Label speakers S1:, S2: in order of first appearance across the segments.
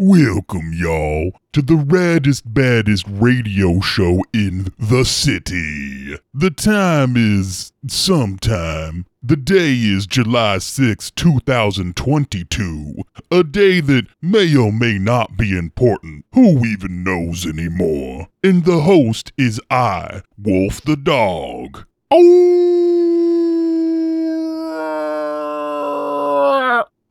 S1: Welcome, y'all, to the raddest, baddest radio show in the city. The time is sometime. The day is July 6, 2022. A day that may or may not be important. Who even knows anymore? And the host is I, Wolf the Dog. Oh!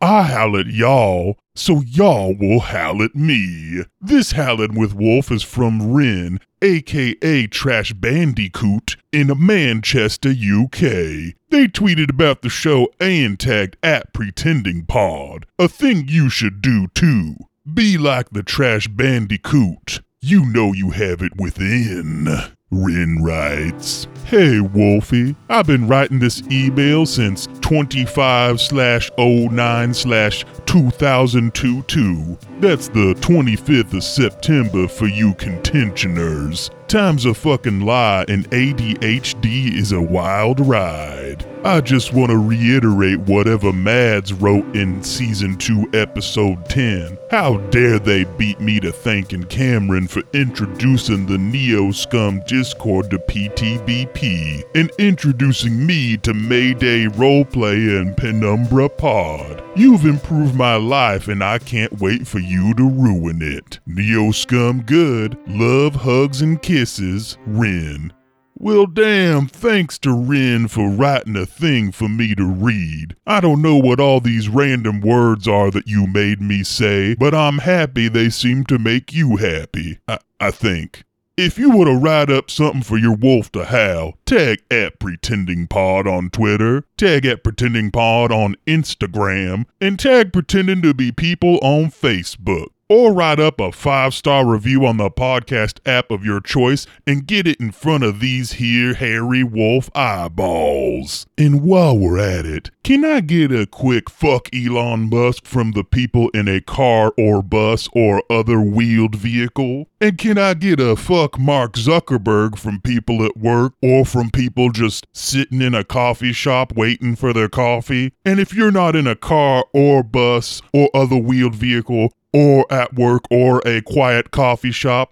S1: I howl at y'all, so y'all will howl at me. This howling with Wolf is from Wren, aka Trash Bandicoot, in Manchester, UK. They tweeted about the show and tagged at Pretending Pod, a thing you should do too. Be like the Trash Bandicoot. You know you have it within. Rin writes, Hey Wolfie, I've been writing this email since 25 slash 09 slash 2022. That's the 25th of September for you contentioners. Time's a fucking lie and ADHD is a wild ride. I just want to reiterate whatever Mads wrote in season 2, episode 10. How dare they beat me to thanking Cameron for introducing the Neo Scum Discord to PTBP and introducing me to Mayday Roleplay and Penumbra Pod. You've improved my life and I can't wait for you to ruin it. Neo Scum good. Love, hugs, and kisses. Ren. Well, damn, thanks to Ren for writing a thing for me to read. I don't know what all these random words are that you made me say, but I'm happy they seem to make you happy. I, I think. If you want to write up something for your wolf to howl, tag at Pretending Pod on Twitter, tag at Pretending Pod on Instagram, and tag Pretending to Be People on Facebook. Or write up a five star review on the podcast app of your choice and get it in front of these here hairy wolf eyeballs. And while we're at it, can I get a quick fuck Elon Musk from the people in a car or bus or other wheeled vehicle? And can I get a fuck Mark Zuckerberg from people at work or from people just sitting in a coffee shop waiting for their coffee? And if you're not in a car or bus or other wheeled vehicle or at work or a quiet coffee shop,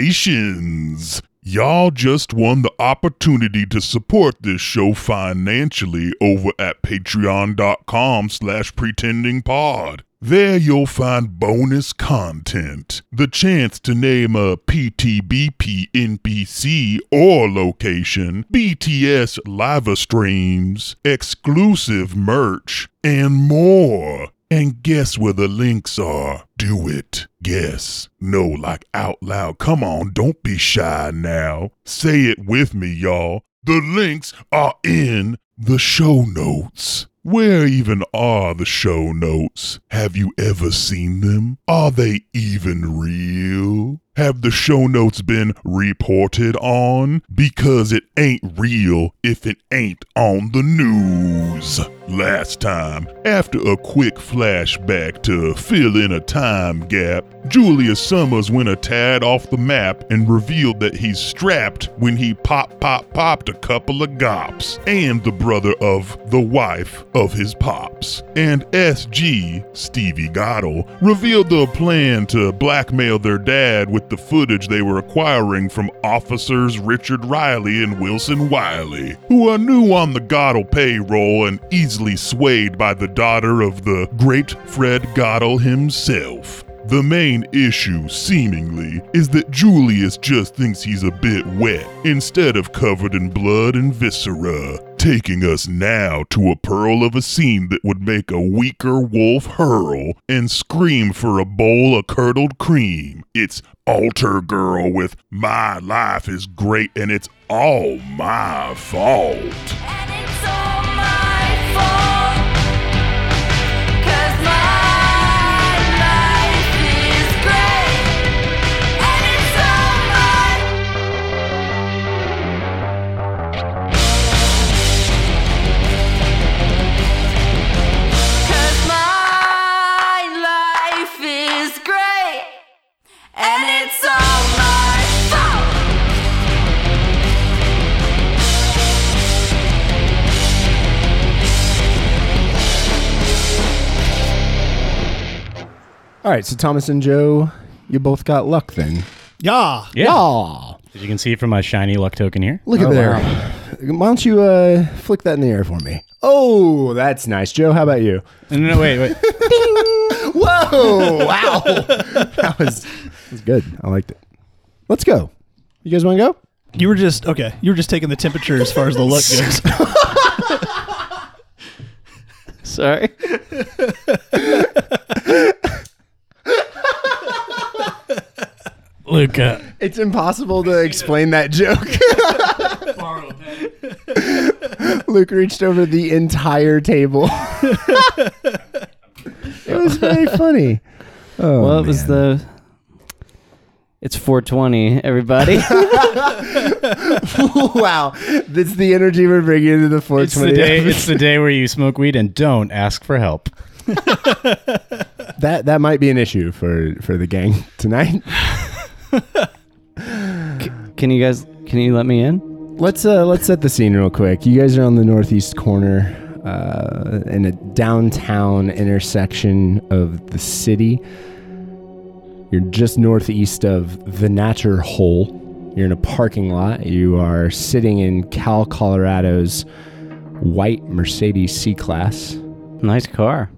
S1: congratulations! Y'all just won the opportunity to support this show financially over at patreon.com slash pretendingpod. There you'll find bonus content, the chance to name a PTBP NPC or location, BTS live streams, exclusive merch, and more. And guess where the links are. Do it. Guess. No, like out loud. Come on, don't be shy now. Say it with me, y'all. The links are in the show notes. Where even are the show notes? Have you ever seen them? Are they even real? Have the show notes been reported on? Because it ain't real if it ain't on the news. Last time, after a quick flashback to fill in a time gap, Julius Summers went a tad off the map and revealed that he's strapped when he pop pop popped a couple of gops and the brother of the wife of his pops. And SG, Stevie Gottle, revealed the plan to blackmail their dad with the footage they were acquiring from officers Richard Riley and Wilson Wiley, who are new on the Gottle payroll and easily swayed by the daughter of the great Fred Gottle himself. The main issue, seemingly, is that Julius just thinks he's a bit wet instead of covered in blood and viscera, taking us now to a pearl of a scene that would make a weaker wolf hurl and scream for a bowl of curdled cream. It's Alter Girl with My Life is Great and It's All My Fault.
S2: And it's all my fault. 'Cause my life is great. And it's all my Cause my life is great. And it's all my fault.
S3: All right, so Thomas and Joe, you both got luck then.
S4: Yeah.
S3: Aw,
S5: As you can see from my shiny luck token here.
S3: look at there. Why don't you uh, flick that in the air for me? Oh, that's nice, Joe. How about you?
S5: No, no, no, wait, wait.
S3: Whoa! Wow, that was, that was good. I liked it. Let's go. You guys want to go?
S4: You were just okay. You were just taking the temperature as far as the look goes.
S5: Sorry. Luca.
S3: It's impossible to explain that joke. Luke reached over the entire table. it was very funny. Oh,
S6: Well, it
S3: man.
S6: was the. It's 420, everybody.
S3: wow. That's the energy we're bringing into the 420.
S5: It's the day. It's the day where you smoke weed and don't ask for help.
S3: that that might be an issue for for the gang tonight.
S6: can you guys? Can you let me in?
S3: Let's uh, let's set the scene real quick. You guys are on the northeast corner uh, in a downtown intersection of the city. You're just northeast of the Natcher Hole. You're in a parking lot. You are sitting in Cal Colorado's white Mercedes C Class.
S6: Nice car.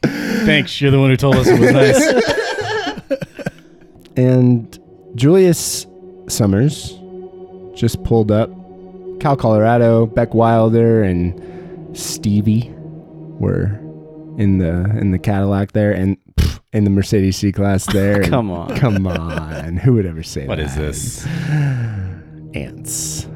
S5: Thanks. You're the one who told us it was nice.
S3: And Julius Summers just pulled up. Cal Colorado, Beck Wilder, and Stevie were in the in the Cadillac there, and pff, in the Mercedes C class there. and-
S6: Come on.
S3: come on! Who would ever say
S5: What
S3: that?
S5: is this?
S3: Ants.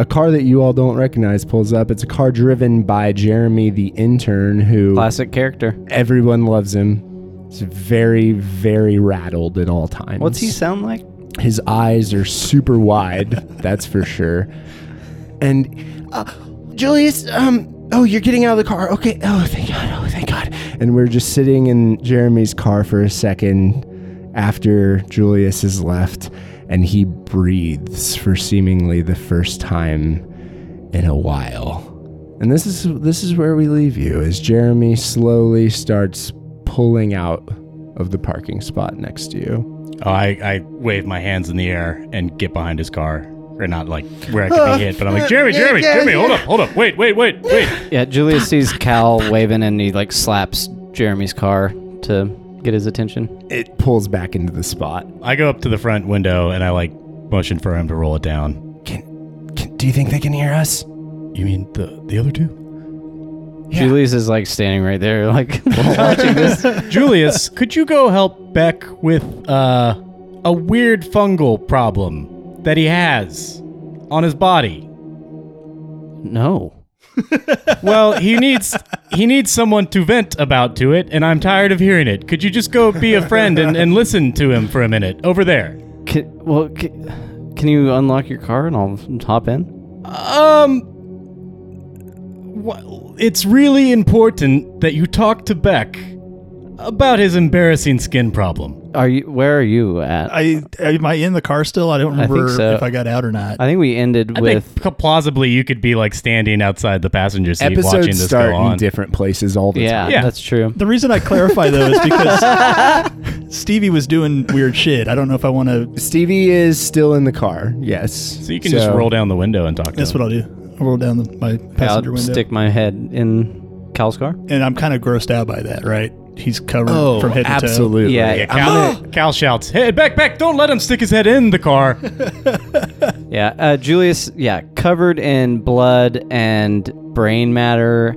S3: A car that you all don't recognize pulls up. It's a car driven by Jeremy, the intern, who
S6: Classic character.
S3: everyone loves him. He's very, very rattled at all times.
S6: What's he sound like?
S3: His eyes are super wide, that's for sure. And uh, Julius, um, oh, you're getting out of the car. Okay. Oh, thank God. Oh, thank God. And we're just sitting in Jeremy's car for a second after Julius has left, and he breathes for seemingly the first time in a while. And this is this is where we leave you as Jeremy slowly starts pulling out of the parking spot next to you.
S5: Oh, I, I wave my hands in the air and get behind his car. Or not like where I could be hit, but I'm like, Jeremy, Jeremy, Jeremy, hold up, hold up, wait, wait, wait, wait.
S6: Yeah, Julius sees Cal waving and he like slaps Jeremy's car to get his attention.
S3: it pulls back into the spot.
S5: I go up to the front window and I like motion for him to roll it down.
S3: Can, can do you think they can hear us?
S5: You mean the the other two?
S6: Julius is like standing right there, like watching this.
S5: Julius, could you go help Beck with uh, a weird fungal problem that he has on his body?
S6: No.
S5: Well, he needs he needs someone to vent about to it, and I'm tired of hearing it. Could you just go be a friend and, and listen to him for a minute over there?
S6: Can, well, ca- can you unlock your car and I'll hop in?
S5: Um, wh- it's really important that you talk to Beck about his embarrassing skin problem.
S6: Are you? Where are you at? I,
S4: I am I in the car still? I don't
S6: I think
S4: remember
S6: so.
S4: if I got out or not.
S6: think we ended
S5: I
S6: with.
S5: think p- plausibly you could be like standing outside the passenger seat watching
S3: Episodes
S5: this
S3: start
S5: go
S3: in
S5: on.
S3: different places all the
S6: yeah,
S3: time.
S5: Yeah.
S6: that's true.
S4: the reason I clarify though is because Stevie was doing weird shit. I don't know if I want to.
S3: Stevie is still in the car. Yes.
S5: so you can just roll down the window and talk. To
S4: That's
S5: him.
S4: what I'll do. I'll roll down the, my
S6: I'll
S4: passenger window,
S6: stick my head in Cal's car.
S4: and I'm kind of grossed out by that. Right? He's covered
S3: Oh,
S4: from head to toe.
S3: absolutely.
S6: Yeah,
S5: Yeah, Cal, Cal shouts, "Hey, Beck, Beck! Don't let him stick his head in the car."
S6: Yeah, uh, Julius. Yeah, covered in blood and brain matter.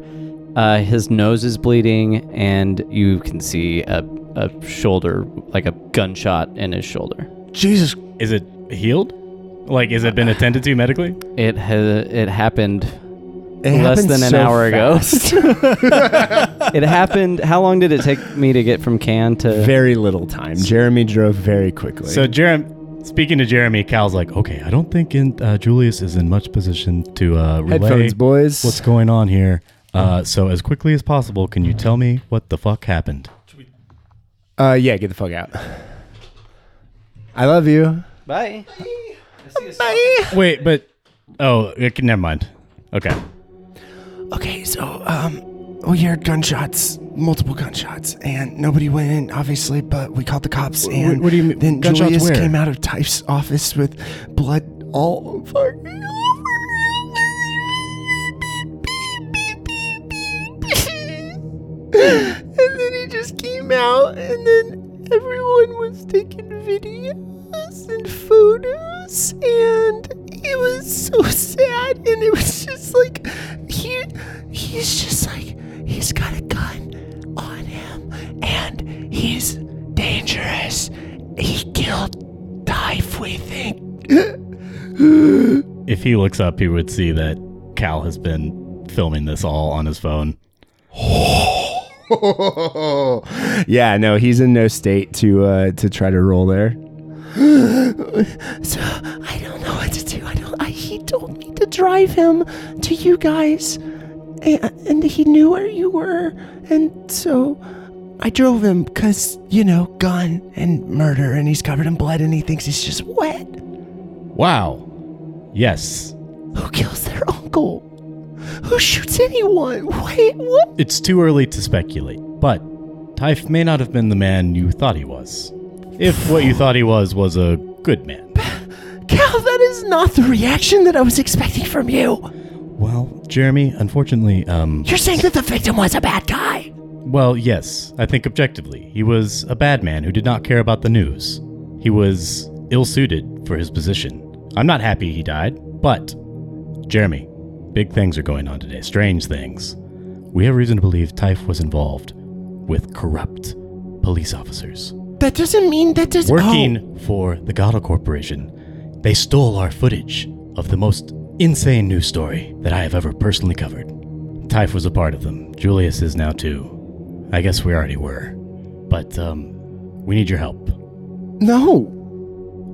S6: Uh, his nose is bleeding, and you can see a, a shoulder, like a gunshot in his shoulder.
S4: Jesus
S5: is it healed? Like, has it been attended to medically?
S6: It ha- it happened.
S3: It
S6: Less
S3: happened
S6: than an
S3: so
S6: hour ago.
S3: fast.
S6: It happened. How long did it take me to get from Can to?
S3: very little time. Jeremy drove very quickly.
S5: So, Jeremy, speaking to Jeremy, Cal's like, "Okay, I don't think in, uh, Julius is in much position to uh, relay
S3: headphones, boys.
S5: what's going on here. Uh, so, as quickly as possible, can you tell me what the fuck happened?"
S3: uh, yeah, get the fuck out. I love you.
S6: Bye.
S5: Wait, but oh, it, never mind. Okay,
S3: Okay, so um, we heard gunshots, multiple gunshots, and nobody went in, obviously, but we called the cops. and
S5: what do you mean-
S3: Then
S5: gunshots
S3: Julius
S5: where?
S3: came out of Type's office with blood all fucking over him. and then he just came out, and then everyone was taking videos and photos, and it was so sad. And it was just like he, he's just like he's got a gun on him, and he's dangerous. He killed Dive, we think.
S5: If he looks up, he would see that Cal has been filming this all on his phone.
S3: yeah, no, he's in no state to uh, to try to roll there. so I don't know what to do. I don't. I, he told me to drive him to you guys, and, and he knew where you were, and so I drove him because you know gun and murder, and he's covered in blood, and he thinks he's just wet.
S5: Wow. Yes.
S3: Who kills their uncle? Who shoots anyone? Wait, what?
S5: It's too early to speculate, but Typh may not have been the man you thought he was. If what you thought he was was a good man.
S3: Cal, that is not the reaction that I was expecting from you.
S5: Well, Jeremy, unfortunately, um,
S3: You're saying that the victim was a bad guy?
S5: well, yes, I think objectively, he was a bad man who did not care about the news. He was ill suited for his position. I'm not happy he died, but, Jeremy, big things are going on today, strange things. We have reason to believe Typh was involved with corrupt police officers.
S3: That doesn't mean that oh, doesn't.
S5: working for the Gala Corporation, they stole our footage of the most insane news story that I have ever personally covered. Typh was a part of them. Julius is now too. I guess we already were. But um, we need your help.
S3: No,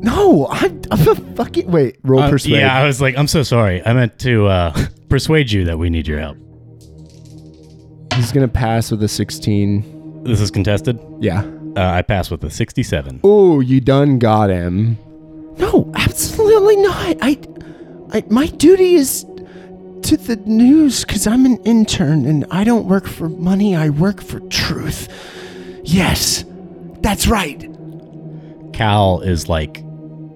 S3: no, I'm, I'm a fucking wait. Roll
S5: Uh,
S3: persuade.
S5: Yeah, I was like, I'm so sorry. I meant to uh, persuade you that we need your help.
S3: He's gonna pass with a sixteen.
S5: This is contested.
S3: Yeah.
S5: Uh, I pass with a 67.
S3: Oh, you done got him. No, absolutely not. I, I my duty is to the news because I'm an intern and I don't work for money. I work for truth. Yes, that's right.
S5: Cal is like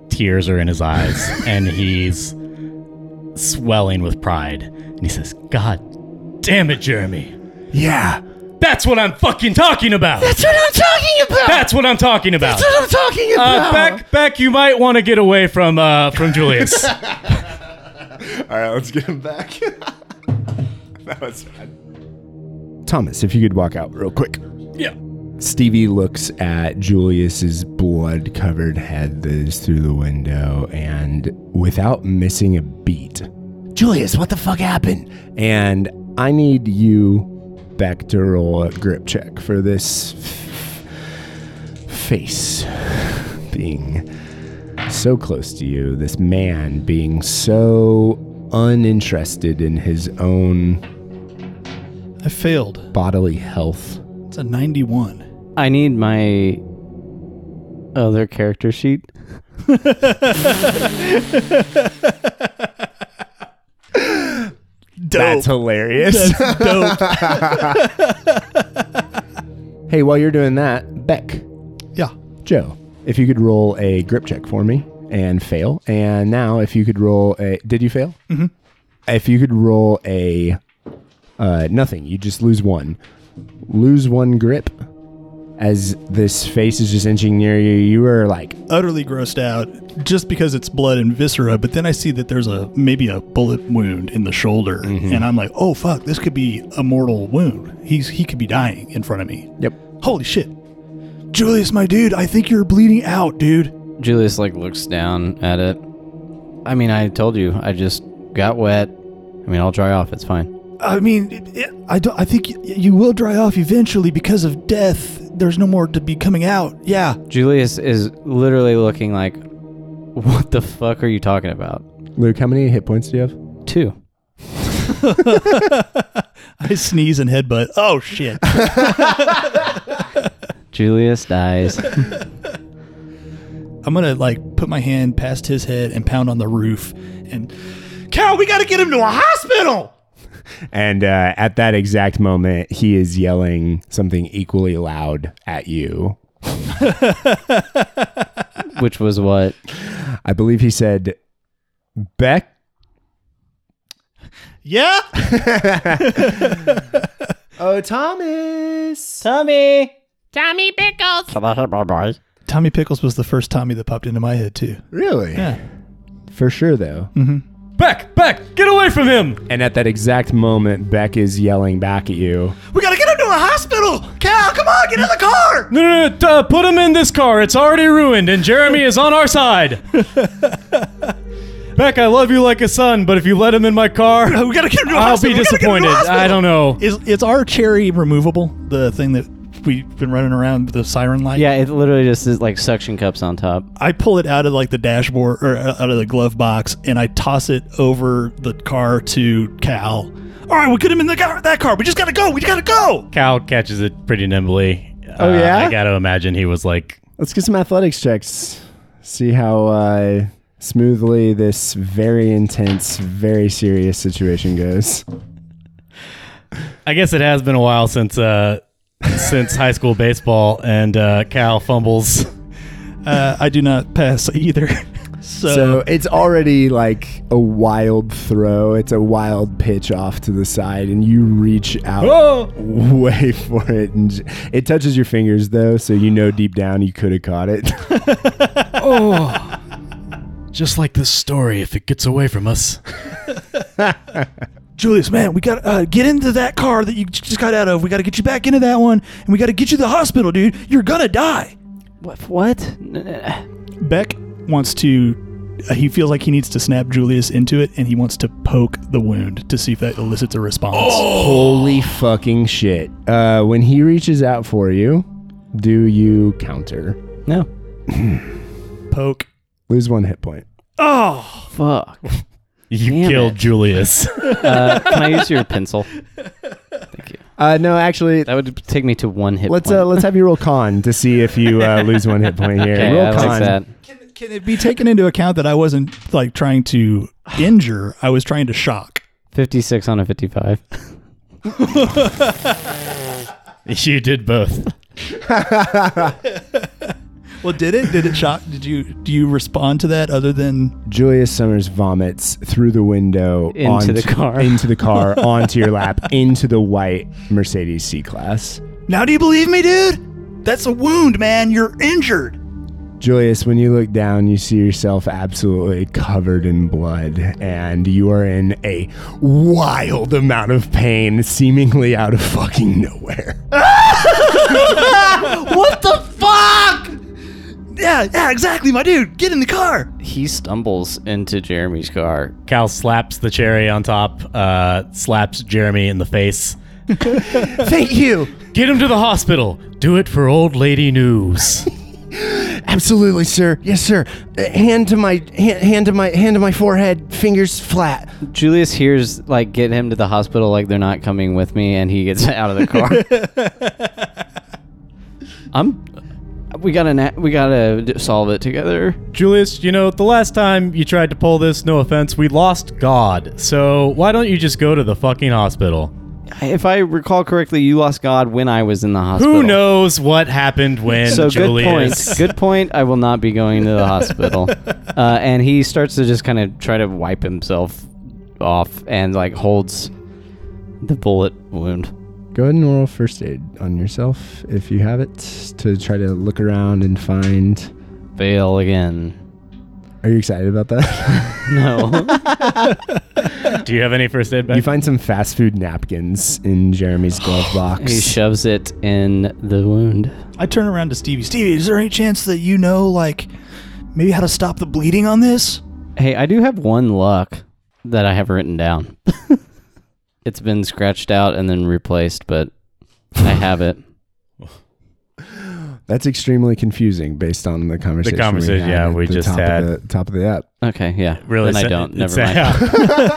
S5: tears are in his eyes and he's swelling with pride and he says, "God damn it, Jeremy.
S3: Yeah,
S5: That's what I'm fucking talking about.
S3: that's what I'm talking about.
S5: That's what I'm talking about."
S3: That's what I'm talking about.
S5: Uh, Beck, Beck, you might want to get away from uh, from Julius.
S7: All right, let's get him back. that was bad.
S3: Thomas, if you could walk out real quick.
S5: yeah.
S3: Stevie looks at Julius's blood covered head that is through the window and without missing a beat, Julius, what the fuck happened? And I need you back to roll a grip check for this f- face being so close to you, this man being so uninterested in his own
S4: I failed.
S3: bodily health.
S4: It's a 91.
S6: I need my other character sheet.
S3: That's hilarious.
S4: Dope.
S3: Hey, while you're doing that, Beck,
S4: yeah.
S3: Joe, if you could roll a grip check for me and fail, and now if you could roll a, did you fail? Mm-hmm. If you could roll a, uh, nothing, you just lose one, lose one grip. As this face is just inching near you, you are like,
S4: Utterly grossed out just because it's blood and viscera, but then I see that there's a maybe a bullet wound in the shoulder and I'm like, "Oh fuck, this could be a mortal wound. He's he could be dying in front of me."
S3: yep.
S4: Holy shit. Julius, my dude, I think you're bleeding out, dude.
S6: Julius like looks down at it. I mean, I told you, I just got wet. I mean, I'll dry off. It's fine.
S4: I mean, it- it- I don't. I think y- you will dry off eventually because of death. There's no more to be coming out. Yeah.
S6: Julius is literally looking like, "What the fuck are you talking about?"
S3: Luke, how many hit points do you have?
S6: Two.
S4: I sneeze and headbutt. Oh shit.
S6: Julius dies.
S4: I'm gonna like put my hand past his head and pound on the roof. And Cal, we gotta get him to a hospital.
S3: and uh, at that exact moment, he is yelling something equally loud at you.
S6: which was what?
S3: I believe he said, "Beck."
S4: Yeah.
S3: Oh, Thomas.
S6: Tommy.
S8: Tommy Pickles.
S4: Tommy Pickles was the first Tommy that popped into my head too.
S3: Really?
S4: Yeah.
S3: For sure, though.
S5: Mm-hmm. Beck, Beck, get away from him!
S3: And at that exact moment, Beck is yelling back at you.
S4: We gotta get him to a hospital. Cal, come on, get in the car.
S5: No, no, no, uh, put him in this car. It's already ruined, and Jeremy is on our side. Beck, I love you like a son, but if you let him in my car,
S4: We gotta get him to a
S5: I'll
S4: hospital.
S5: be
S4: We gotta get him to a
S5: disappointed.
S4: hospital.
S5: I don't know.
S4: Is is our cherry removable? The thing that we've been running around with the siren light.
S6: Yeah, it literally just is like suction cups on top.
S4: I pull it out of like the dashboard or uh, out of the glove box, and I toss it over the car to Cal. All right, we get him in the car. That car. We just gotta go. We just gotta go.
S5: Cal catches it pretty nimbly. Uh,
S3: Oh, yeah?
S5: I gotta imagine he was like,
S3: Let's get some athletics checks. See how uh, smoothly this very intense, very serious situation goes.
S5: I guess it has been a while since uh, since high school baseball, and uh, Cal fumbles.
S4: Uh, I do not pass either.
S5: Uh.
S4: So,
S3: So it's already like a wild throw. It's a wild pitch off to the side, and you reach out
S5: Oh!
S3: way for it. And j- it touches your fingers, though, so you know deep down you could have caught it.
S5: Just like this story, if it gets away from us.
S4: Julius, man, we got to uh, get into that car that you j- just got out of. We got to get you back into that one, and we got to get you to the hospital, dude. You're gonna die.
S6: What? What?
S4: Beck wants to. uh, He feels like he needs to snap Julius into it, and he wants to poke the wound to see if that elicits a response.
S3: Holy fucking shit. Uh, when he reaches out for you, do you counter?
S6: No.
S4: Poke.
S3: Lose one hit point.
S4: Oh.
S6: Fuck.
S5: You
S6: Damn
S5: killed
S6: it.
S5: Julius.
S6: Uh, can I use your pencil?
S3: Uh, no, actually,
S6: That would take me to one hit.
S3: let's
S6: point.
S3: uh, let's have you roll con to see if you uh, lose one hit point here.
S6: Okay,
S3: roll
S6: I
S3: con.
S6: like that.
S4: Can it be taken into account that I wasn't like trying to injure? I was trying to shock.
S6: Fifty-six on a fifty-five.
S5: you did both.
S4: Well, did it? Did it shock? Did you do you respond to that other than
S3: Julius Summers vomits through the window
S6: Into the car.
S3: into the car, onto your lap, into the white Mercedes C class.
S4: now? Do you believe me, dude? That's a wound, man. You're injured.
S3: Julius, when you look down, you see yourself absolutely covered in blood, and you are in a wild amount of pain, seemingly out of fucking nowhere.
S4: What the fuck? Yeah, yeah, exactly, my dude. Get in the car.
S6: He stumbles into Jeremy's car.
S5: Cal slaps the cherry on top, uh, slaps Jeremy in the face.
S3: Thank you.
S5: Get him to the hospital. Do it for old lady news.
S3: Absolutely, sir. Yes, sir. Uh, Hand to my hand, hand to my hand to my forehead, fingers flat.
S6: Julius hears like get him to the hospital like they're not coming with me and he gets out of the car. I'm we got to na- we got to d- solve it together.
S5: Julius, you know, the last time you tried to pull this, no offense, we lost God. So why don't you just go to the fucking hospital?
S6: If I recall correctly, you lost God when I was in the hospital.
S5: Who knows what happened when
S6: So
S5: Julius?
S6: good point. Good point. I will not be going to the hospital. Uh, and he starts to just kind of try to wipe himself off and like holds the bullet wound.
S3: Go ahead and roll first aid on yourself if you have it to try to look around and find.
S6: Fail again.
S3: Are you excited about that?
S6: No.
S5: Do you have any first aid?
S3: you
S5: Back?
S3: find some fast food napkins in Jeremy's glove box.
S6: He shoves it in the wound.
S4: I turn around to Stevie. Stevie, is there any chance that you know like maybe how to stop the bleeding on this?
S6: Hey, I do have one luck that I have written down. it's been scratched out and then replaced, but I have it.
S3: That's extremely confusing based on the conversation.
S5: conversation,
S3: we had
S5: yeah,
S3: at
S5: we
S3: the
S5: just
S3: top
S5: had.
S3: of the, top of the app.
S6: Okay, yeah.
S5: Really?
S6: Then I
S5: sa-
S6: don't.
S5: it
S6: Never
S5: sa-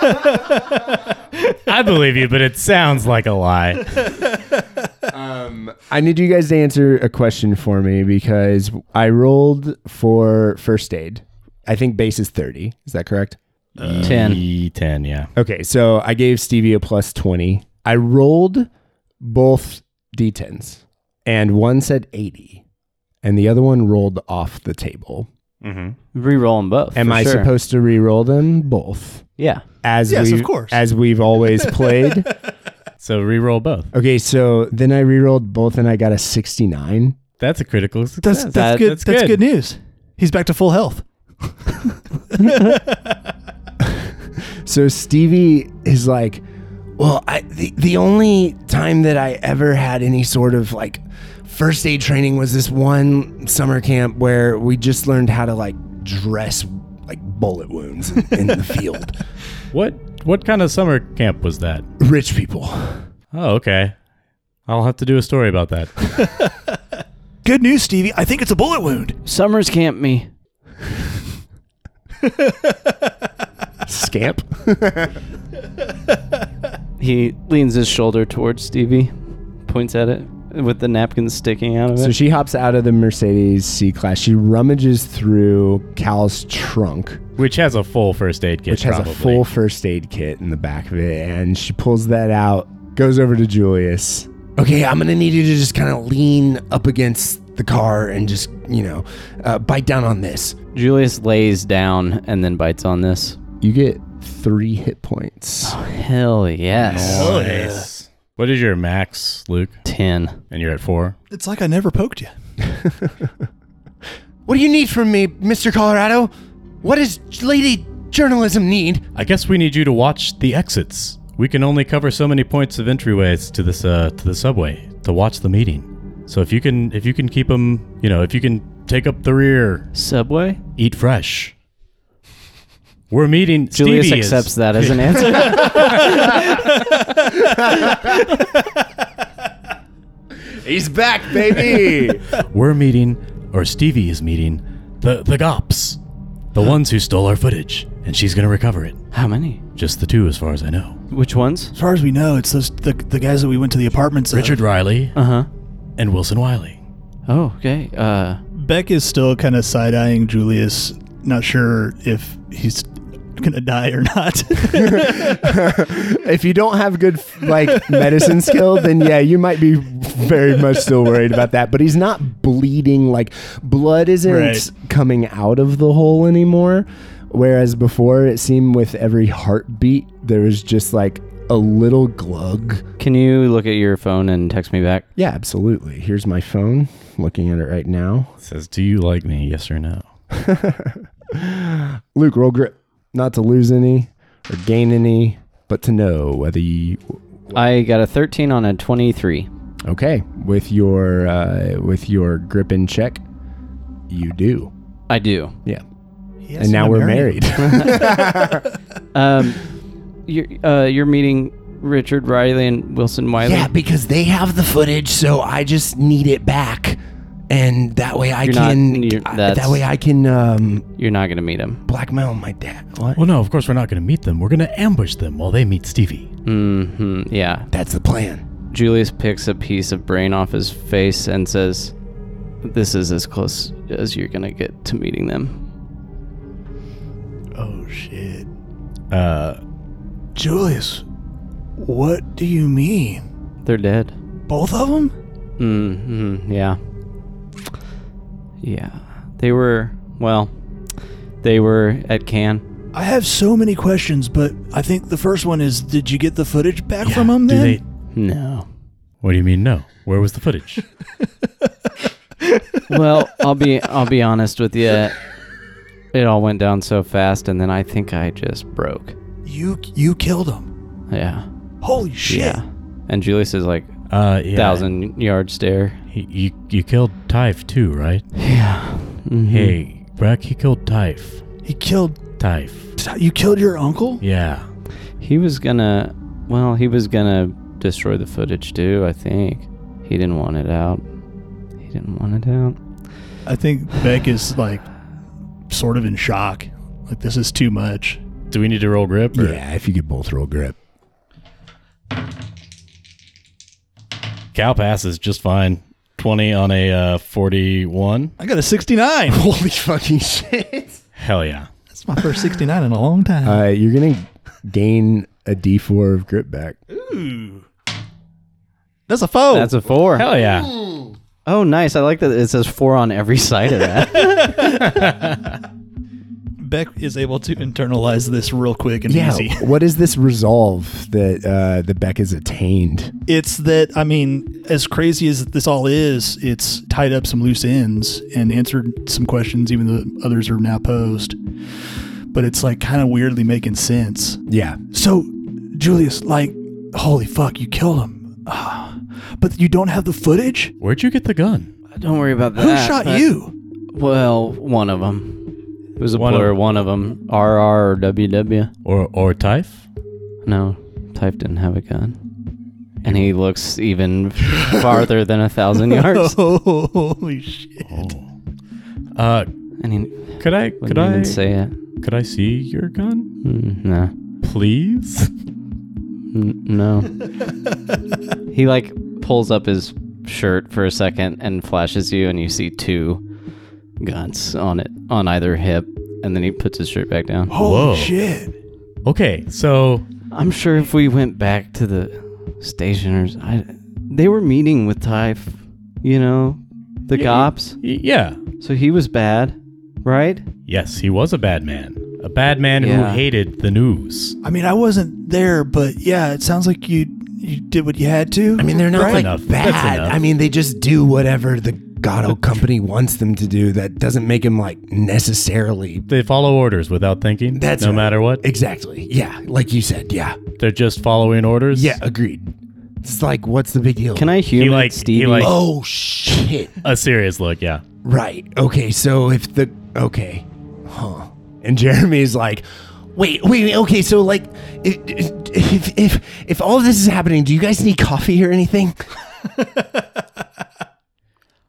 S6: mind.
S5: I believe you, but it sounds like a lie.
S3: I need you guys to answer a question for me because I rolled for first aid. I think base is thirty. Is that correct?
S6: Ten.
S5: E ten, yeah.
S3: Okay, so I gave Stevie a plus 20. I rolled both d10s, and one said 80, and the other one rolled off the table.
S6: Reroll them both.
S3: Am
S6: for
S3: I
S6: sure.
S3: supposed to re-roll them both?
S6: Yeah.
S3: As
S4: Yes, of
S3: we've,
S4: course.
S3: As we've always played.
S5: So re-roll both.
S3: okay, so then I re-rolled both, and I got a 69.
S5: That's a critical
S4: That's
S5: success.
S4: that's
S6: that-
S4: good.
S5: that's
S4: That's, good.
S5: good.
S4: news. He's back to full health.
S3: So Stevie is like, well, I the, the only time that I ever had any sort of like first aid training was this one summer camp where we just learned how to like dress like bullet wounds in, in the field.
S5: What what kind of summer camp was that?
S3: Rich people.
S5: Oh, okay. I'll have to do a story about that.
S4: Good news, Stevie. I think it's a bullet wound.
S6: Summers camp me.
S3: Scamp.
S6: He leans his shoulder towards Stevie, points at it with the napkin sticking out of it.
S3: So she hops out of the Mercedes C class. She rummages through Cal's trunk,
S5: Which has a full first aid kit.
S3: which has
S5: probably.
S3: a full first aid kit in the back of it, and she pulls that out, goes over to Julius. Okay, I'm gonna need you to just kind of lean up against the car and just, you know, uh, bite down on this.
S6: Julius lays down and then bites on this.
S3: You get three hit points.
S6: Hell yes.
S5: Nice. Oh, What is your max, Luke?
S6: 10.
S5: And you're at four.
S4: It's like I never poked you.
S3: What do you need from me, Mr. Colorado? What does lady journalism need?
S5: I guess we need you to watch the exits. We can only cover so many points of entryways to this uh, to the subway to watch the meeting. So if you can if you can keep them, you know, if you can take up the rear,
S6: Subway?
S5: eat fresh. We're meeting.
S6: Julius
S5: Stevie is-
S6: accepts that as an answer.
S3: He's back, baby.
S5: We're meeting, or Stevie is meeting, the the gops, the ones who stole our footage, and she's gonna recover it.
S6: How many?
S5: Just the two, as far as I know.
S6: Which ones?
S4: As far as we know, it's those the, the guys that we went to the apartments. of.
S5: Richard Riley
S6: Uh huh.
S5: and Wilson Wiley.
S6: Oh, okay. Uh,
S4: Beck is still kind of side eyeing Julius, not sure if he's gonna die or not.
S3: if you don't have good like medicine skill, then yeah, you might be very much still worried about that. But he's not bleeding; like blood isn't
S4: Right.
S3: coming out of the hole anymore. Whereas before, it seemed with every heartbeat there was just like a little glug.
S6: can you look at your phone and text me back?
S3: Yeah, absolutely. Here's my phone. Looking at it right now.
S5: Says, "Do you like me? Yes or no?"
S3: Luke, roll grip, not to lose any or gain any, but to know whether you
S6: I got a 13 on a 23.
S3: okay with your uh, with your grip and check. You do.
S6: I do.
S3: Yeah.
S4: He has
S3: and now
S4: to
S3: we're
S4: marry him.
S3: married.
S6: Um, you're, uh, you're meeting Richard Riley and Wilson Wiley.
S8: Yeah, because they have the footage, so I just need it back, and that way I
S6: You're not-
S8: can.
S6: you're-
S8: I-
S6: that's-
S8: that way I can um,
S6: You're not going to meet him.
S8: blackmail my dad. What?
S5: Well, no, of course we're not going to meet them. We're going to ambush them while they meet Stevie.
S6: hmm Yeah.
S8: That's the plan.
S6: Julius picks a piece of brain off his face and says, This is as close as you're going to get to meeting them.
S4: Oh shit,
S5: Uh,
S4: Julius, what do you mean?
S6: They're dead.
S4: Both of them?
S6: Mm-hmm. Yeah. Yeah. They were, well, they were at Cannes.
S4: I have so many questions, but I think the first one is: Did you get the footage back from them?
S5: do
S4: Then
S5: they?
S6: No.
S5: What do you mean? No. Where was the footage?
S6: well, I'll be I'll be honest with you. It all went down so fast and then I think I just broke.
S4: you you killed them.
S6: Yeah.
S4: Holy shit!
S6: Yeah. And Julius is like
S5: uh, yeah.
S6: thousand yard stare.
S5: He, you you killed Typh too, right?
S6: Mhm.
S5: Hey, Breck, he killed Typh.
S4: He killed.
S5: Typh.
S4: You killed your uncle?
S5: Yeah.
S6: He was gonna well, he was gonna destroy the footage too, I think. He didn't want it out. He didn't want it out.
S4: I think Beck is like sort of in shock. Like this is too much.
S5: Do we need to roll grip? Or?
S3: yeah, if you could both roll grip.
S5: Cal passes just fine. 20 on a uh, 41.
S4: I got a sixty-nine.
S3: Holy fucking shit.
S5: Hell yeah.
S4: It's my first 69 in a long time.
S3: Uh, you're gonna gain a D4 of grit back.
S4: That's a foe.
S6: That's a four.
S5: Oh. Hell yeah.
S6: Oh, nice. I like that it says four on every side of that.
S4: Beck is able to internalize this real quick and
S3: Yeah.
S4: easy.
S3: what is this resolve that uh, the Beck has attained?
S4: It's that, I mean, as crazy as this all is, it's tied up some loose ends and answered some questions, even though others are now posed. But it's like kind of weirdly making sense.
S3: Yeah.
S4: So, Julius, like, holy fuck, you killed him. Ah, but you don't have the footage?
S5: Where'd you get the gun?
S6: Don't worry about that.
S4: Who shot
S6: but-
S4: you?
S6: Well, one of them. It was a
S5: One
S6: one
S5: of-
S6: blur. one of them. RR or WW.
S5: Or or Typh?
S6: No, Type didn't have a gun. And he looks even farther than a thousand yards.
S4: Oh, holy shit.
S5: Uh,
S6: And he
S5: could I
S6: wouldn't
S5: could
S6: even
S5: I
S6: say it.
S5: could I see your gun,
S6: Mm, no.
S5: please?
S6: N- no. he like pulls up his shirt for a second and flashes you, and you see two guns on it on either hip. And then he puts his shirt back down.
S4: Holy
S5: Whoa.
S4: shit.
S5: Okay, so
S6: I'm sure if we went back to the stationers, I, they were meeting with Typh, you know, the
S5: Yeah.
S6: cops.
S5: y- yeah,
S6: So he was bad, right?
S5: yes, he was a bad man, a bad man
S6: Yeah.
S5: who hated the news.
S4: I mean, I wasn't there, but yeah, it sounds like you you did what you had to.
S8: I mean, they're not
S5: Right.
S8: like
S5: Enough. That's
S8: bad.
S5: enough.
S8: I mean, they just do whatever the Gatto company wants them to do. That doesn't make them like necessarily.
S5: They follow orders without thinking.
S8: That's
S5: no
S8: right.
S5: matter what.
S8: Exactly. Yeah. Like you said. Yeah.
S5: They're just following orders.
S8: Yeah. Agreed. It's like, what's the big deal?
S6: Can I human
S5: He like
S6: Stevie?
S5: he like
S8: Oh, shit.
S5: a serious look. Yeah.
S8: Right. Okay. So if the okay, huh? And Jeremy's like, wait, wait. wait, Okay. So like, if if if, if all of this is happening, do you guys need coffee or anything?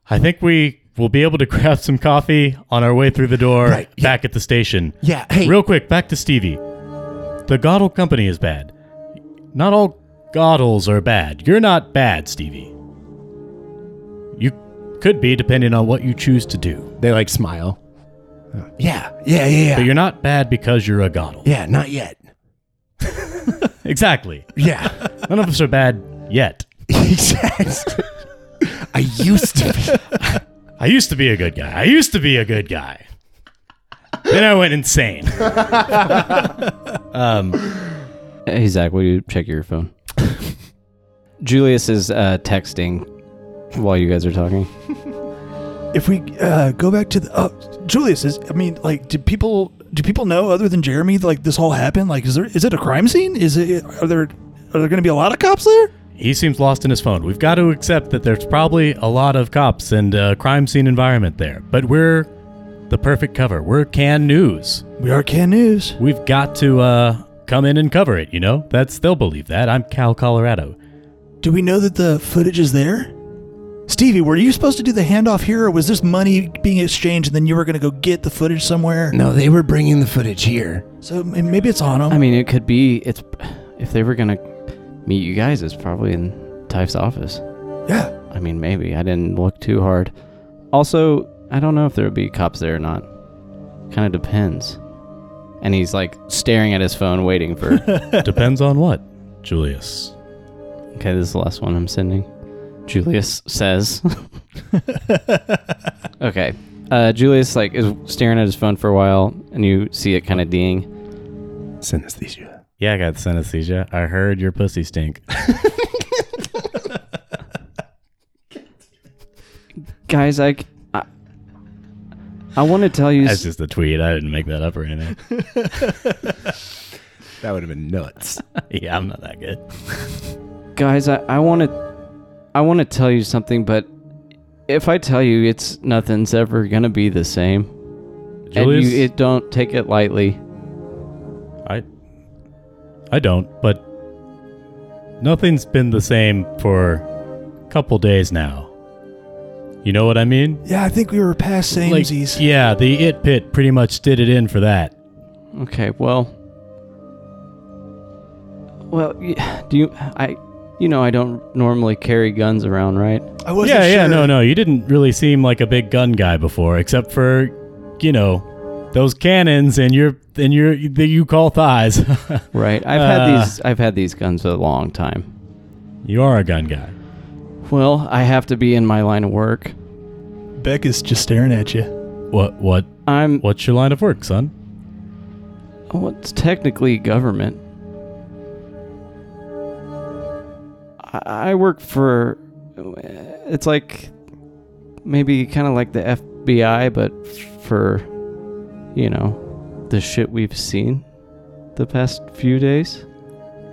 S5: I think we will be able to grab some coffee on our way through the door
S8: Right, yeah.
S5: back at the station.
S8: Yeah. Hey.
S5: Real quick, back to Stevie. The Godel company is bad. Not all Godels are bad. You're not bad, Stevie. You could be, depending on what you choose to do.
S3: They like smile.
S8: yeah. Yeah. Yeah. Yeah.
S5: But you're not bad because you're a Godel.
S8: Yeah. Not yet.
S5: Exactly.
S8: Yeah.
S5: None of us are bad yet.
S8: exactly. I used to be.
S5: I used to be a good guy. I used to be a good guy. then I went insane.
S6: Hey Zach, will you check your phone? Julius is uh, texting while you guys are talking.
S4: if we uh, go back to the uh, Julius is I mean like do people do people know other than Jeremy like this all happened like is there is it a crime scene is it are there are there going to be a lot of cops there
S5: He seems lost in his phone. We've got to accept that there's probably a lot of cops and uh, crime scene environment there, but we're the perfect cover. We're can news.
S4: we are can news
S5: We've got to uh, come in and cover it. You know, that's they'll believe that. I'm Cal Colorado.
S4: do we know that the footage is there Stevie were you supposed to do the handoff here or was this money being exchanged and then you were going to go get the footage somewhere
S8: No, they were bringing the footage here.
S4: so m- maybe it's on them
S6: I mean, it could be it's if they were gonna meet you guys, it's probably in Typh's office.
S4: yeah
S6: I mean, maybe I didn't look too hard. Also, I don't know if there would be cops there or not. Kind of depends. And he's like staring at his phone, waiting for.
S5: Depends on what, Julius.
S6: okay, this is the last one I'm sending. Julius says. okay. Uh, Julius like is staring at his phone for a while, and you see it kind of ding.
S8: Synesthesia.
S5: Yeah, I got synesthesia. I heard your pussy stink.
S6: guys, I, c- I, I want to tell you.
S5: That's
S6: s-
S5: just a tweet. I didn't make that up or anything.
S3: That would have been nuts.
S5: yeah, I'm not that good.
S6: guys, I, I want to, I want to tell you something, but if I tell you, it's nothing's ever gonna be the same.
S5: Julius,
S6: And you, it don't take it lightly.
S5: I I don't, but nothing's been the same for a couple days now. You know what I mean?
S4: yeah I think we were past
S5: Like,
S4: samesies
S5: yeah, the it pit pretty much did it in for that.
S6: Okay, well, well, y- do you? I, you know, I don't normally carry guns around, right?
S4: I wasn't
S5: yeah, yeah,
S4: sure.
S5: no, no, you didn't really seem like a big gun guy before, except for you know Those cannons and your and your that you call thighs.
S6: Right. I've
S5: Uh.
S6: had these. I've had these guns a long time.
S5: you are a gun guy.
S6: Well, I have to be in my line of work.
S4: Beck is just staring at you.
S5: What what
S6: I'm.
S5: what's your line of work, son?
S6: Well, it's technically government. I I work for. It's like maybe kind of like the FBI, but for you know the shit we've seen the past few days.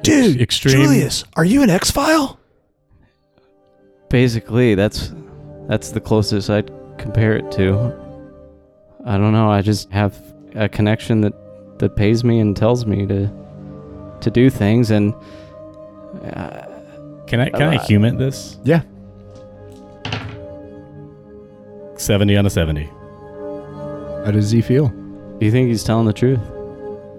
S4: Dude,
S5: extreme-
S4: Julius, are you an X file?
S6: Basically, that's that's the closest I'd compare it to. I don't know. I just have a connection that that pays me and tells me to to do things, and
S5: Can I can I human this?
S3: Yeah.
S5: Seventy on a seventy.
S3: How does he feel?
S6: do you think he's telling the truth?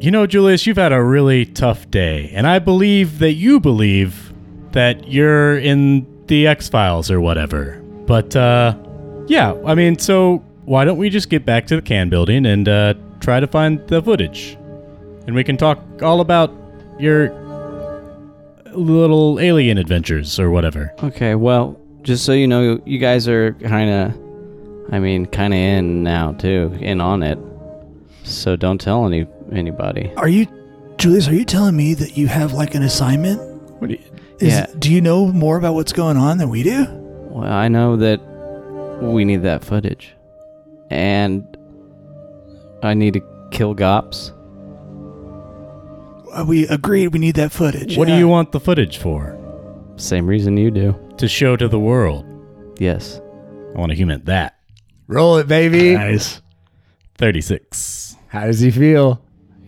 S5: You know, Julius, you've had a really tough day, and I believe that you believe that you're in the X Files or whatever. But, uh, yeah, I mean, so why don't we just get back to the can building and uh, try to find the footage? And we can talk all about your little alien adventures or whatever.
S6: Okay, well, just so you know, you guys are kind of, I mean, kind of in now too, in on it. So don't tell any anybody.
S4: Are you, Julius? Are you telling me that you have like an assignment?
S5: What do you,
S4: Is,
S6: Yeah.
S4: Do you know more about what's going on than we do?
S6: Well, I know that we need that footage, and I need to kill Gops.
S4: Uh, We agreed we need that footage. Uh,
S5: what do
S4: Yeah.
S5: you want the footage for?
S6: Same reason you do.
S5: To show to the world.
S6: Yes.
S5: I want to human that.
S3: Roll it, baby.
S4: Nice.
S5: 36.
S3: How does he feel?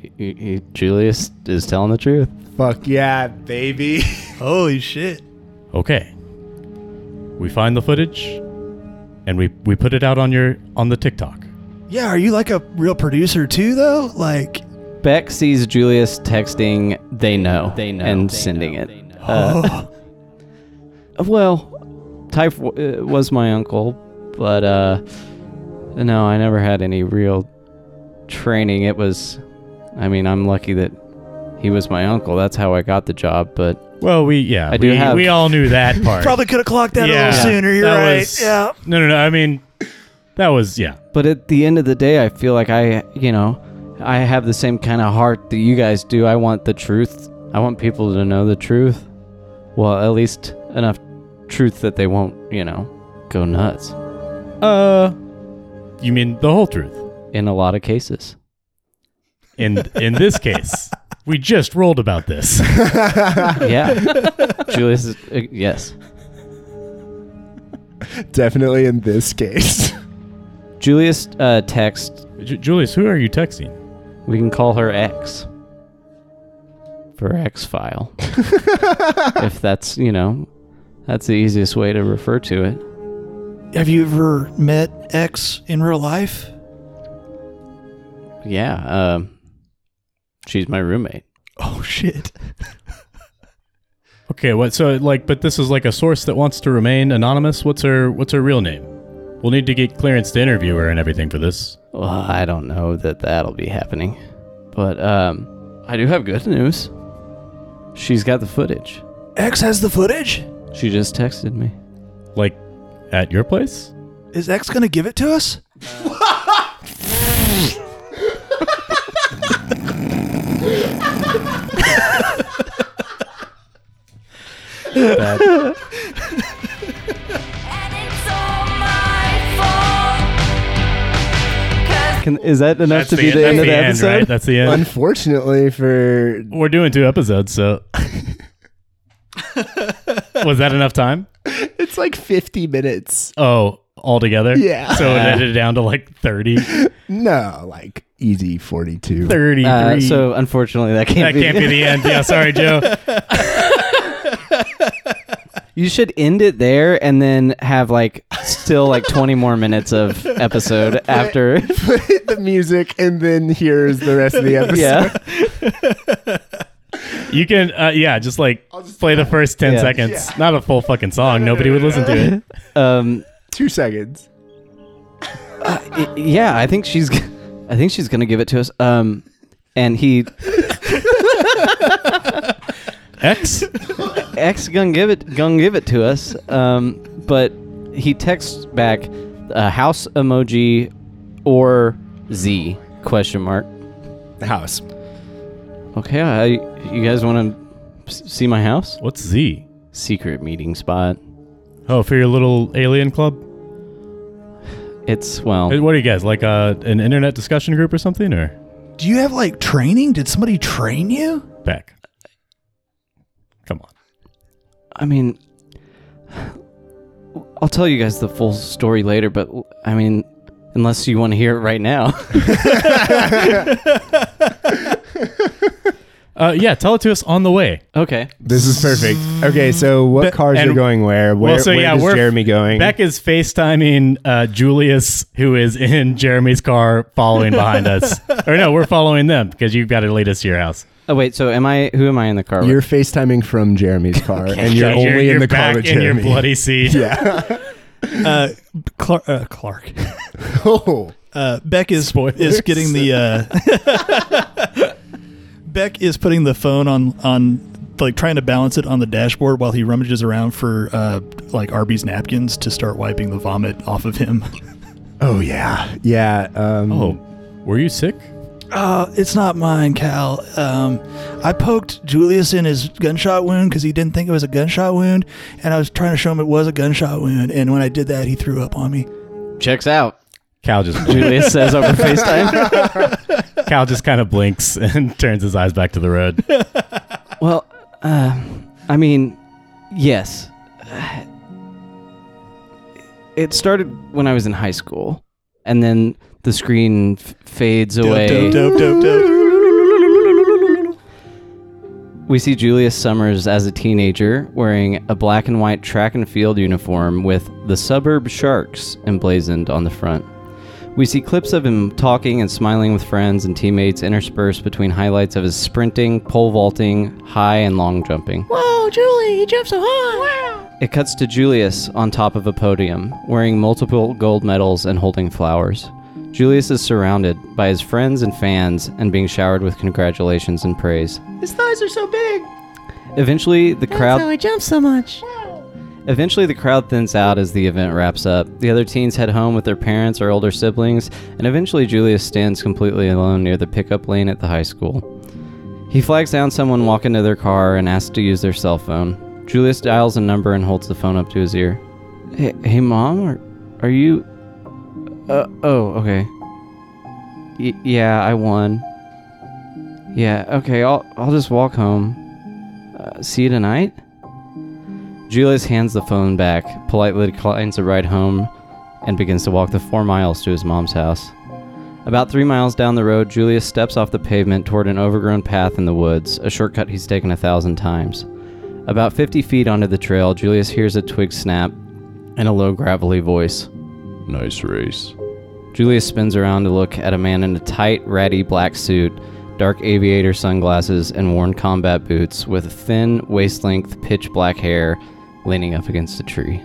S6: Y- y- y- Julius is telling the truth.
S3: Fuck yeah, baby.
S4: Holy shit.
S5: Okay. We find the footage and we we put it out on your on the TikTok.
S4: Yeah, are you like a real producer too, though? Like,
S6: Beck sees Julius texting they know they know and sending it. Uh,
S4: oh,
S6: Well, Typh w- uh, was my uncle, but uh, no, I never had any real training. It was, I mean, I'm lucky that he was my uncle. That's how I got the job. But
S5: Well, we yeah, we,
S6: I do have-
S5: we all knew that part.
S4: probably could have clocked that a little sooner. You're
S5: that
S4: right.
S5: was-
S4: yeah.
S5: No, no, no. I mean, that was yeah.
S6: but at the end of the day, I feel like I, you know, I have the same kind of heart that you guys do. I want the truth. I want people to know the truth. Well, at least enough truth that they won't, you know, go nuts.
S5: Uh, you mean the whole truth?
S6: In a lot of cases.
S5: In in this case, we just rolled about this.
S6: Yeah. Julius is, uh, yes.
S3: Definitely in this case.
S6: Julius uh, text.
S5: Ju- Julius, who are you texting?
S6: We can call her X for X file, if that's you know, that's the easiest way to refer to it.
S4: Have you ever met X in real life?
S6: Yeah. Um, she's my roommate.
S4: Oh shit.
S5: Okay, what? So like, but this is like a source that wants to remain anonymous. What's her What's her real name? We'll need to get clearance to interview her and everything for this.
S6: Well, I don't know that that'll be happening, but um, I do have good news. She's got the footage.
S4: X has the footage?
S6: She just texted me.
S5: Like, at your place?
S4: Is X gonna give it to us?
S2: And it's all my fault. 'Cause
S6: Can, is that enough to be the,
S5: that's
S6: end of the
S5: end,
S6: episode?
S5: right? That's the end.
S3: Unfortunately for
S5: We're doing two episodes, so was that enough time?
S3: it's like 50 minutes.
S5: Oh, all together?
S3: Yeah.
S5: So it edited down to like 30,
S3: No, like easy 42.
S5: 33.
S6: Uh, so unfortunately, that
S5: that
S6: can't be.
S5: can't be the end. Yeah, sorry, Joe.
S6: You should end it there and then have like still like 20 more minutes of episode after.
S3: Hit the music and then here's the rest of the episode.
S6: yeah.
S5: You can, uh, yeah, just like play the first 10
S6: Yeah.
S5: seconds. Not a full fucking song. Nobody would listen to it.
S6: Um
S3: Two seconds.
S6: y- yeah, I think she's g- I think she's gonna give it to us. Um, and he
S5: X?
S6: X gonna give it gonna give it to us. Um, but he texts back a house emoji or Z question mark.
S3: House.
S6: Okay, I, you guys want to see my house?
S5: What's Z?
S6: Secret meeting spot.
S5: Oh, for your little alien club?
S6: It's well.
S5: Hey, What are you guys, like uh, an internet discussion group or something? Or
S4: Do you have like training? Did somebody train you?
S5: back? Come on.
S6: I mean, I'll tell you guys the full story later. But I mean, unless you want to hear it right now.
S5: Uh, yeah, tell it to us on the way.
S6: okay.
S3: This is perfect. Okay, so what cars
S5: and-
S3: are going where? Where,
S5: well, so
S3: where
S5: yeah,
S3: is
S5: we're
S3: Jeremy going?
S5: Beck is FaceTiming uh, Julius, who is in Jeremy's car following behind us. Or no, we're following them because you've got to lead us to your house.
S6: Oh wait. So am I? Who am I in the car
S3: You're
S6: with?
S3: FaceTiming from Jeremy's car, and you're
S5: So
S3: only in the
S5: back
S3: car with
S5: in
S3: Jeremy.
S5: your bloody seat.
S4: Uh, Clark. Uh, Clark.
S3: Oh,
S4: Uh, Beck is is getting the. Uh, Beck is putting the phone on on like trying to balance it on the dashboard while he rummages around for uh, like Arby's napkins to start wiping the vomit off of him.
S3: oh yeah, yeah. Um,
S5: Oh, were you sick?
S4: Uh, it's not mine, Cal. Um, I poked Julius in his gunshot wound because he didn't think it was a gunshot wound, and I was trying to show him it was a gunshot wound. And when I did that, he threw up on me.
S6: Checks out.
S5: Cal just
S6: Julius says over FaceTime.
S5: Cal just kind of blinks and turns his eyes back to the road.
S6: well, uh, I mean, yes. It started when I was in high school, and then the screen f- fades away.
S4: Dope, dope, dope, dope.
S6: We see Julius Summers as a teenager wearing a black and white track and field uniform with the suburb sharks emblazoned on the front. We see clips of him talking and smiling with friends and teammates interspersed between highlights of his sprinting, pole vaulting, high and long jumping.
S3: Oh,
S2: Whoa, Julie, you jumped so high. Wow.
S6: It cuts to Julius on top of a podium, wearing multiple gold medals and holding flowers. Julius is surrounded by his friends and fans and being showered with congratulations and praise.
S2: His thighs are so big.
S6: Eventually, the crowd
S2: That's how he jumps so much.
S6: Eventually, the crowd thins out as the event wraps up. The other teens head home with their parents or older siblings, and eventually, Julius stands completely alone near the pickup lane at the high school. He flags down someone walking to their car and asks to use their cell phone. Julius dials a number and holds the phone up to his ear. Hey, hey mom, are, are you. Uh, oh, okay. Y- yeah, I won. Yeah, okay, I'll, I'll just walk home. Uh, see you tonight? Julius hands the phone back, politely declines a ride home, and begins to walk the four miles to his mom's house. About three miles down the road, Julius steps off the pavement toward an overgrown path in the woods, a shortcut he's taken a thousand times. About 50 feet onto the trail, Julius hears a twig snap and a low, gravelly voice. Nice race. Julius spins around to look at a man in a tight, ratty black suit, dark aviator sunglasses, and worn combat boots with thin, waist length, pitch black hair leaning up against a tree.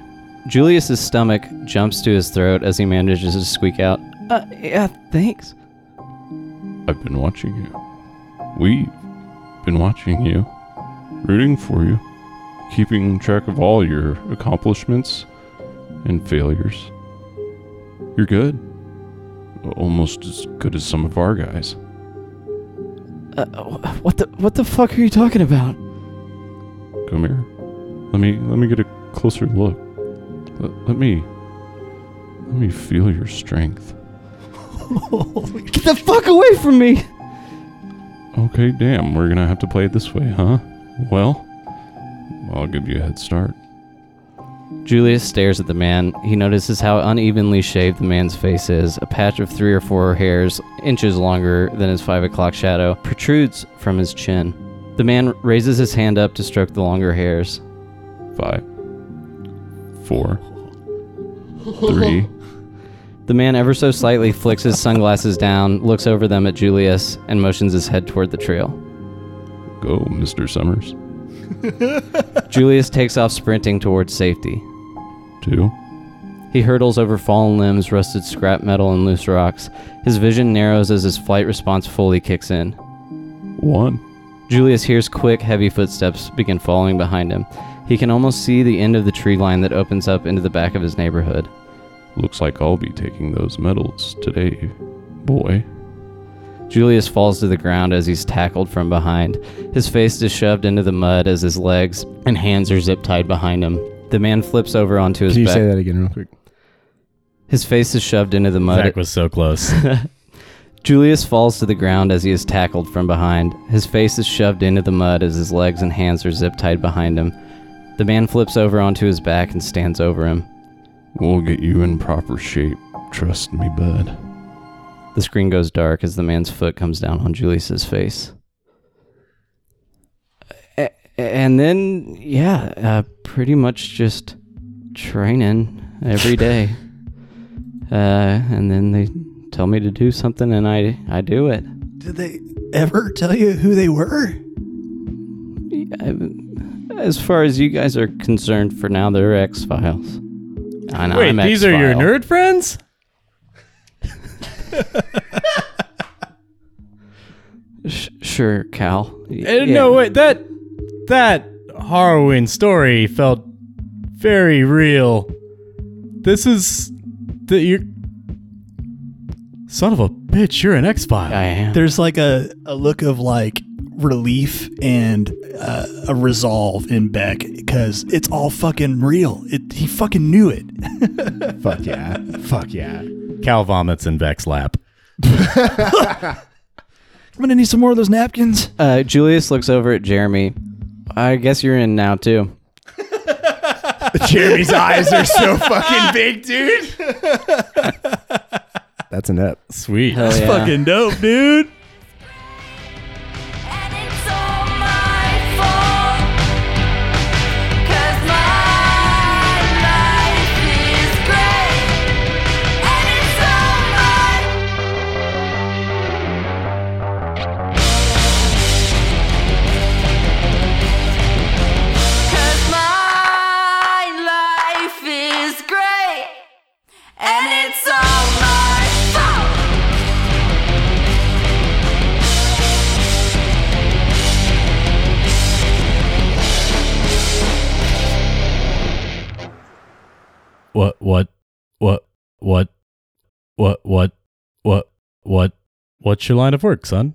S6: Julius's stomach jumps to his throat as he manages to squeak out, uh, Yeah, thanks.
S9: I've been watching you. We've been watching you, rooting for you, keeping track of all your accomplishments and failures. You're good. Almost as good as some of our guys.
S6: Uh, wh- what the what the fuck are you talking about?
S9: Come here. Let me let me get a closer look. Let, let me let me feel your strength.
S6: Get the fuck away from me!
S9: Okay, damn, we're gonna have to play it this way, huh? Well, I'll give you a head start.
S6: Julius stares at the man. He notices how unevenly shaved the man's face is. A patch of three or four hairs, inches longer than his five o'clock shadow, protrudes from his chin. The man raises his hand up to stroke the longer hairs.
S9: Five, four, three.
S6: The man ever so slightly flicks his sunglasses down, looks over them at Julius, and motions his head toward the trail.
S9: Go, Mr. Summers.
S6: Julius takes off sprinting towards safety.
S9: Two,
S6: He hurtles over fallen limbs, rusted scrap metal, and loose rocks. His vision narrows as his flight response fully kicks in.
S9: One.
S6: Julius hears quick, heavy footsteps begin following behind him. He can almost see the end of the tree line that opens up into the back of his neighborhood.
S9: Looks like I'll be taking those medals today, boy.
S6: Julius falls to the ground as he's tackled from behind. His face is shoved into the mud as his legs and hands are zip tied behind him. The man flips over onto his
S3: Can you
S6: back.
S3: say that again real quick?
S6: His face is shoved into the mud.
S5: Zach was so close.
S6: Julius falls to the ground as he is tackled from behind. His face is shoved into the mud as his legs and hands are zip tied behind him. The man flips over onto his back and stands over him.
S9: We'll get you in proper shape. Trust me, bud.
S6: The screen goes dark as the man's foot comes down on Julius's face. A- And then, yeah, uh, pretty much just training every day. uh, and then they tell me to do something, and I I do it.
S4: Did they ever tell you who they were?
S6: I- as far as you guys are concerned, for now, they're X Files.
S5: Wait, these are your nerd friends?
S6: Sh- sure, Cal. Y-
S5: Uh,
S6: yeah.
S5: No, wait, that that harrowing story felt very real. This is that you're son of a bitch. You're an X file.
S6: I am.
S4: There's like a, a look of like relief and uh, a resolve in Beck because it's all fucking real. It he fucking knew it.
S3: Fuck yeah. Fuck yeah.
S5: Cal vomits in Vex lap.
S4: I'm gonna need some more of those napkins.
S6: Uh, Julius looks over at Jeremy. I guess you're in now too.
S3: Jeremy's eyes are so fucking.
S7: Big dude.
S3: That's an up.
S5: Sweet.
S6: Hell yeah.
S4: Fucking dope, dude.
S10: And it's all my fault. 'Cause my life is great. And it's all mine. Cause my life is great. And it's all my fault.
S5: What? What? What? What? What? What? What? What? What's your line of work, son?